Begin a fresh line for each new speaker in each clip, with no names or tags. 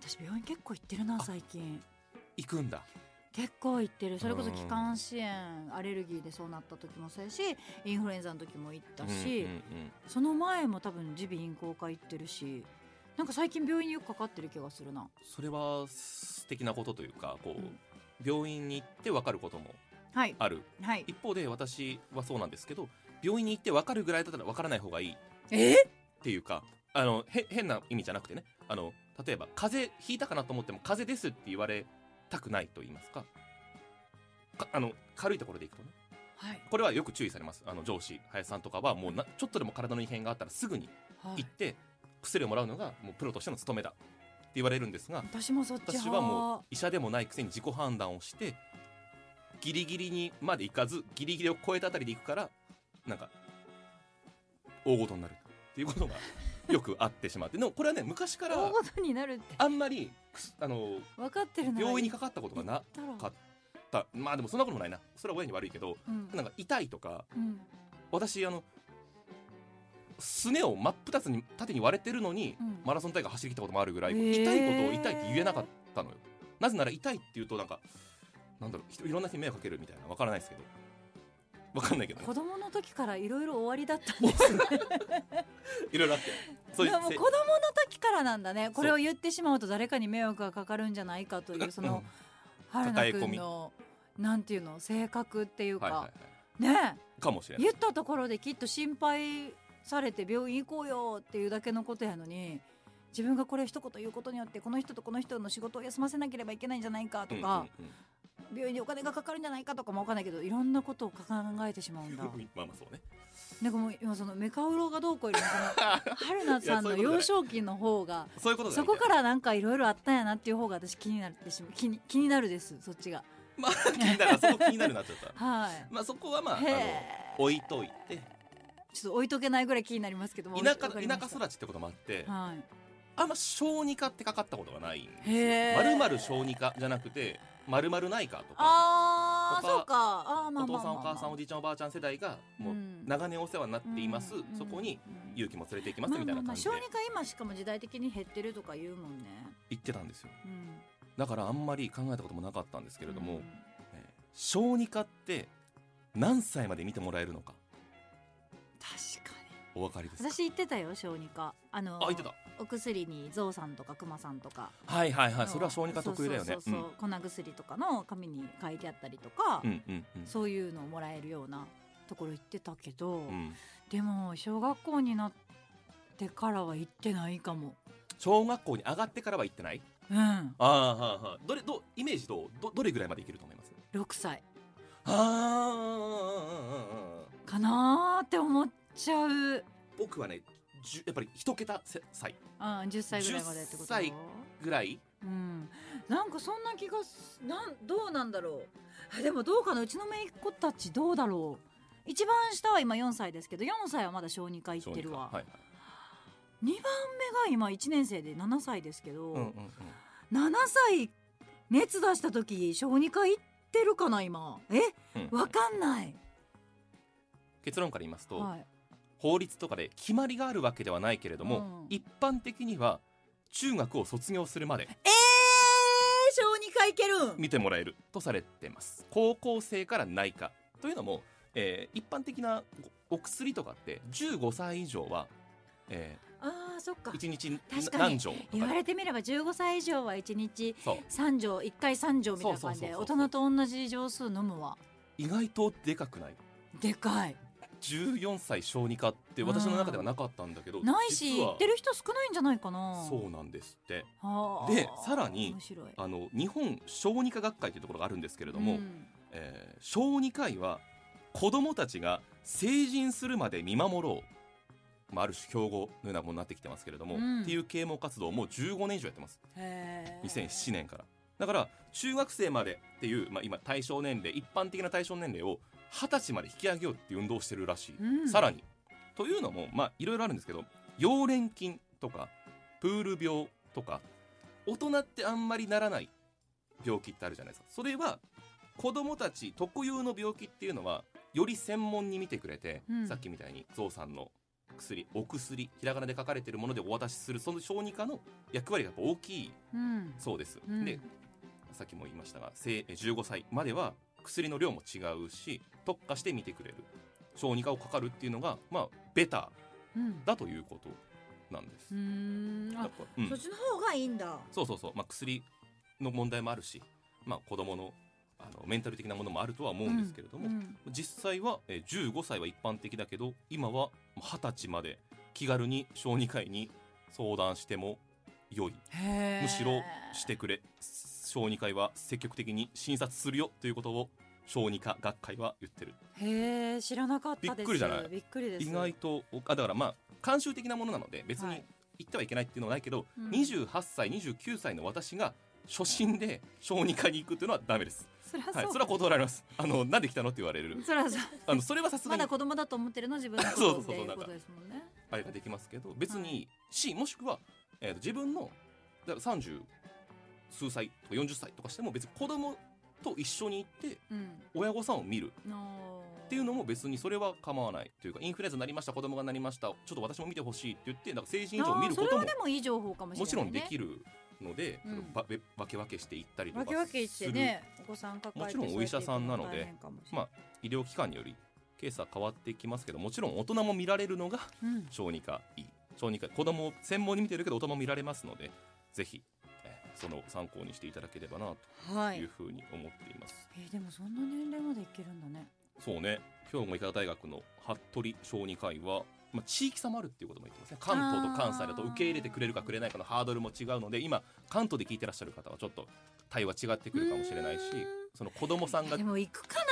私病院結構行ってるな最近
行くんだ
結構行ってるそれこそ気管支炎アレルギーでそうなった時もそうやしインフルエンザの時も行ったし、
うんうんうん
その前も多分耳鼻咽喉科行ってるしなんか最近病院によくかかってる気がするな
それは素敵なことというかこう、
うん
病院に行って分かることも
はい
ある
はい
一方で私はそうなんですけど病院に行って分かるぐらいだったら分からない方がいいっ
え
ていうかあのへ変な意味じゃなくてねあの例えば風邪ひいたかなと思っても風邪ですって言われたくないと言いますかかあの軽いところでいくとね
はい
これはよく注意されますあの上司林さんとかはもうなちょっとでも体の異変があったらすぐに
は
行
い
って薬をもらうのがもうプロとしての務めだって言われるんですが
私もそっち
私
派
はもう医者でもないくせに自己判断をしてギリギリにまで行かずギリギリを超えたあたりで行くからなんか大ごとになるっていう ことがよくあってしまってでもこれはね昔から
大ごとになるって
あんまりくすあの
分かってるなら
病院にかかったことがな
行ったら
かったまあでもそんなこともないなそれは親に悪いけど
うん
なんか痛いとか
うん
私あのすねを真っ二つに縦に割れてるのに、
うん
マラソン大会走りきったこともあるぐらい、
へー
痛いことを痛いって言えなかったのよなぜなら痛いって言うとなんかなんだろう人いろんな人に迷惑かけるみたいなわからないですけどわかんないけどね
子供の時からいろいろ終わりだったんですね
いろいろあって そうい
で
う
も子供の時からなんだねこれを言ってしまうと誰かに迷惑がかかるんじゃないかというその春菜
抱え込
君
み
のなんていうの性格っていう
はいは
か
いは
ねえ
い、かもしれない
言ったところできっと心配されて病院行こうよっていうだけのことやのに自分がこれ一言言うことによってこの人とこの人の仕事を休ませなければいけないんじゃないかとか、
うんうんうん
病院にお金がかかるんじゃないかとかもわかんないけどいろんなことを考えてしま うんだ
まあまあそうね
なんかもう今そのメカウロがどうこうよりもその春菜さんの
いやそういうことじゃない
幼少期の方が
そういうことだ
そこからなんかいろいろあったんやなっていう方が私気になってしまう気に気になるですそっちが
まあ気になるそこ気になるなっちゃった
はい
まあそこはまああ
へ
の
え
置いとい
ち
て
ょっと置いとけないぐらい気になりますけども
田
わ
舎
かりま
田
した
舎育ちってこともあって、
はい
あんま小児科ってかかったことがないんですよ
へー
まるまる小児科じゃなくてまるまるないかとか
あー
とか
そうかあーま
お
あま
父
あ
さ
まあま
んお
あ
母さんおじいちゃんおばあちゃん世代がもう
うん
長年お世話になっています、
うん
そこに
うん
勇気も連れて行きますみたいな
まあまあま
感
あ
じで
小児科今しかも時代的に減ってるとか言うもんね
行ってたんですよ
うん
だからあんまり考えたこともなかったんですけれども、
うん
えー小児科って何歳まで見てもらえるのか
確かに
お分かりですか
私行ってたよ小児科あの
あ行ってた
お薬にゾウさんとかクマさんとか
はいはいはい
の
それは小児科得意だよね
そうそうそうそう粉薬とかの紙に書いてあったりとか、
うんうんうん
そういうのをもらえるようなところ行ってたけど、
うんうん
でも小学校になってからは行ってないかも
小学校に上がってからは行ってない
うん
ああはいはいどれどうイメージどうどどれぐらいまでいけると思います
6歳
ああ
かなーって思っちゃう
僕はねじゅやっぱり一桁せ歳
あ10歳ぐらいまでってこと
10歳ぐらい
うん、なんかそんな気がすなんどうなんだろうあでもどうかなうちの姪っ子たちどうだろう一番下は今4歳ですけど4歳はまだ小児科行ってるわ、
はいはい
2番目が今1年生で7歳ですけど、
うんうんうん
7歳熱出した時小児科行ってるかな今え
うん
わかんない、
結論から言いますと、
はい、
法律とかで決まりがあるわけではないけれど
うん
も、一般的には中学を卒業するまで
えー、小児科行けるん
見てもらえるとされてます高校生から内科というのも、えー一般的なおお薬とかって15歳以上は、え
あーそっか
ー、1日
確かに
何錠と
言
か
わ
で
れてみれば15歳以上は1日
そう
3錠1回3錠みたいな感じで
そ
大
うそうそうそ
人
う
と同じ錠数飲むわ
意外とでかくない
でかい
14歳小児科って私の中ではなかったんだけど
ないし
実は
行ってる人少ないんじゃないかな
そうなんですって
あー
でさらに
面白い
あの日本小児科学会というところがあるんですけれども、
うん
えー小児科医は子どもたちが成人するまで見守ろう、まあ、ある種標語のようなものになってきてますけれども、
うん
っていう啓蒙活動をもう15年以上やってます
へー
2007年からだから中学生までっていう、まあ、今対象年齢一般的な対象年齢を20歳まで引き上げようっていう運動をしてるらしい、
うん
さらにというのもまあいろいろあるんですけど溶連菌とかプール病とか大人ってあんまりならない病気ってあるじゃないですかそれは子供たち特有の病気っていうのはより専門に見てくれて、
うん
さっきみたいにゾウさんの薬お薬ひらがなで書かれているものでお渡しするその小児科の役割がやっぱ大きい
うん
そうです、
うん
でさっきも言いましたが生15歳までは薬の量も違うし特化して見てくれる小児科をかかるっていうのがまあベタ
うん
だということなんです、
うーん
だ
あ
からうん
そっちの方がいいんだ
そうそうそう、まあ、薬の問題もあるし、まあ、子供のあのメンタル的なものもあるとは思うんですけれども、
うん
実際はえー15歳は一般的だけど今は20歳まで気軽に小児科医に相談しても良い
へー
むしろしてくれ小児科医は積極的に診察するよということを小児科学会は言ってる
へえ知らなかったです
びっくりじゃない
びっくりです
意外とおあだからまあ慣習的なものなので別
は
に
い
言ってはいけないっていうのはないけど、
うん
28歳29歳の私が初心で小児科に行くっていうのはダメです、
そりゃそう、
はい、それは断られますあのなんで来たのって言われる
そりゃそう
あのそれはさすが
ま
に
だ子供だと思ってるの自分のこ
そう
と
そ
っ
うそ
て
う
いう
なん
こ
か
とですもんね
あれができますけど別に C もしくは、えーと自分のだから30数歳とか40歳とかしても別に子供と一緒に行って
うん
親御さんを見る
っ
っていうのも別にそれは構わないというかインフルエンザになりました子供がなりましたちょっと私も見てほしいって言ってなんか成人以上見るこ
そ
と
れ
も
はでもいい情報かもしれない、ね、
もちろんできるので、
うん
そのばべ分け分けしていったりと
わ
か
けわけ言っ
す
て
る、
ねお子さん抱えて
もちろんお医者さんなのでま
ま
あ医療機関によりケースは変わってきますけどもちろん大人も見られるのが
うん、
小児科医小児科子供を専門に見てるけど大人も見られますのでぜひえーその参考にしていただければな
は
と
い
いうふうに思っています、
えーでもそんな年齢までいけるんだね
そうね兵庫医科大学の服部小児科医は、まあ、地域差もあるっていうことも言ってますね関東と関西だと
あー
受け入れてくれるかくれないかのハードルも違うので今関東で聞いてらっしゃる方はちょっと対応は違ってくるかもしれないし
うーん
その子供さんが
でも行くか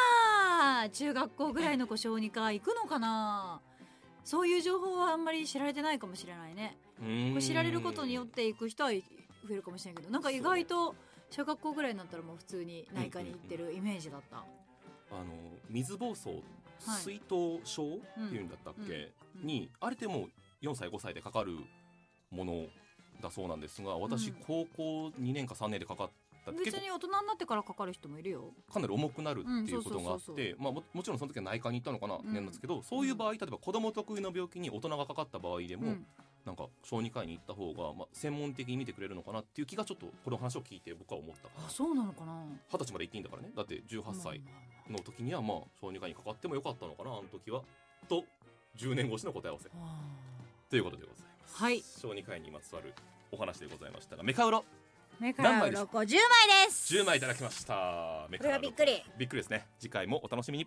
な中学校ぐらいの子小児科行くのかなそういう情報はあんまり知られてないかもしれないね
うーん
知られることによって行く人はい増えるかもしれないけどなんか意外と小学校ぐらいになったらもう普通に内科に行ってるイメージだった、
あの水疱瘡
はい
水頭症っていうんだったっけ、
うん
にあれってもう4歳5歳でかかるものだそうなんですが私
うん
高校2年か3年でかかったって
別
結構
に大人になってからかかる人もいるよ
かなり重くなるっていうことがあっ
うんそうそうそう
てまあももちろんその時は内科に行ったのかな
うん
年なんですけどそういう場合例えば子供特有の病気に大人がかかった場合でも、
うん
なんか小児科医に行った方がまあ専門的に見てくれるのかなっていう気がちょっとこの話を聞いて僕は思ったかな
あそうなのかな
二十歳まで行っていいんだからねだって18歳の時にはまあ小児科医にかかってもよかったのかなあの時はと10年越しの答え合わせ
まあまあまあは
ということでございます。
あはい
小児科医にまつわるお話でございましたがメカウロ
目から
何枚です
鱗10枚です
10枚いただきましたメ
こ
カウロ
れはびっくり
びっくりですね次回もお楽しみに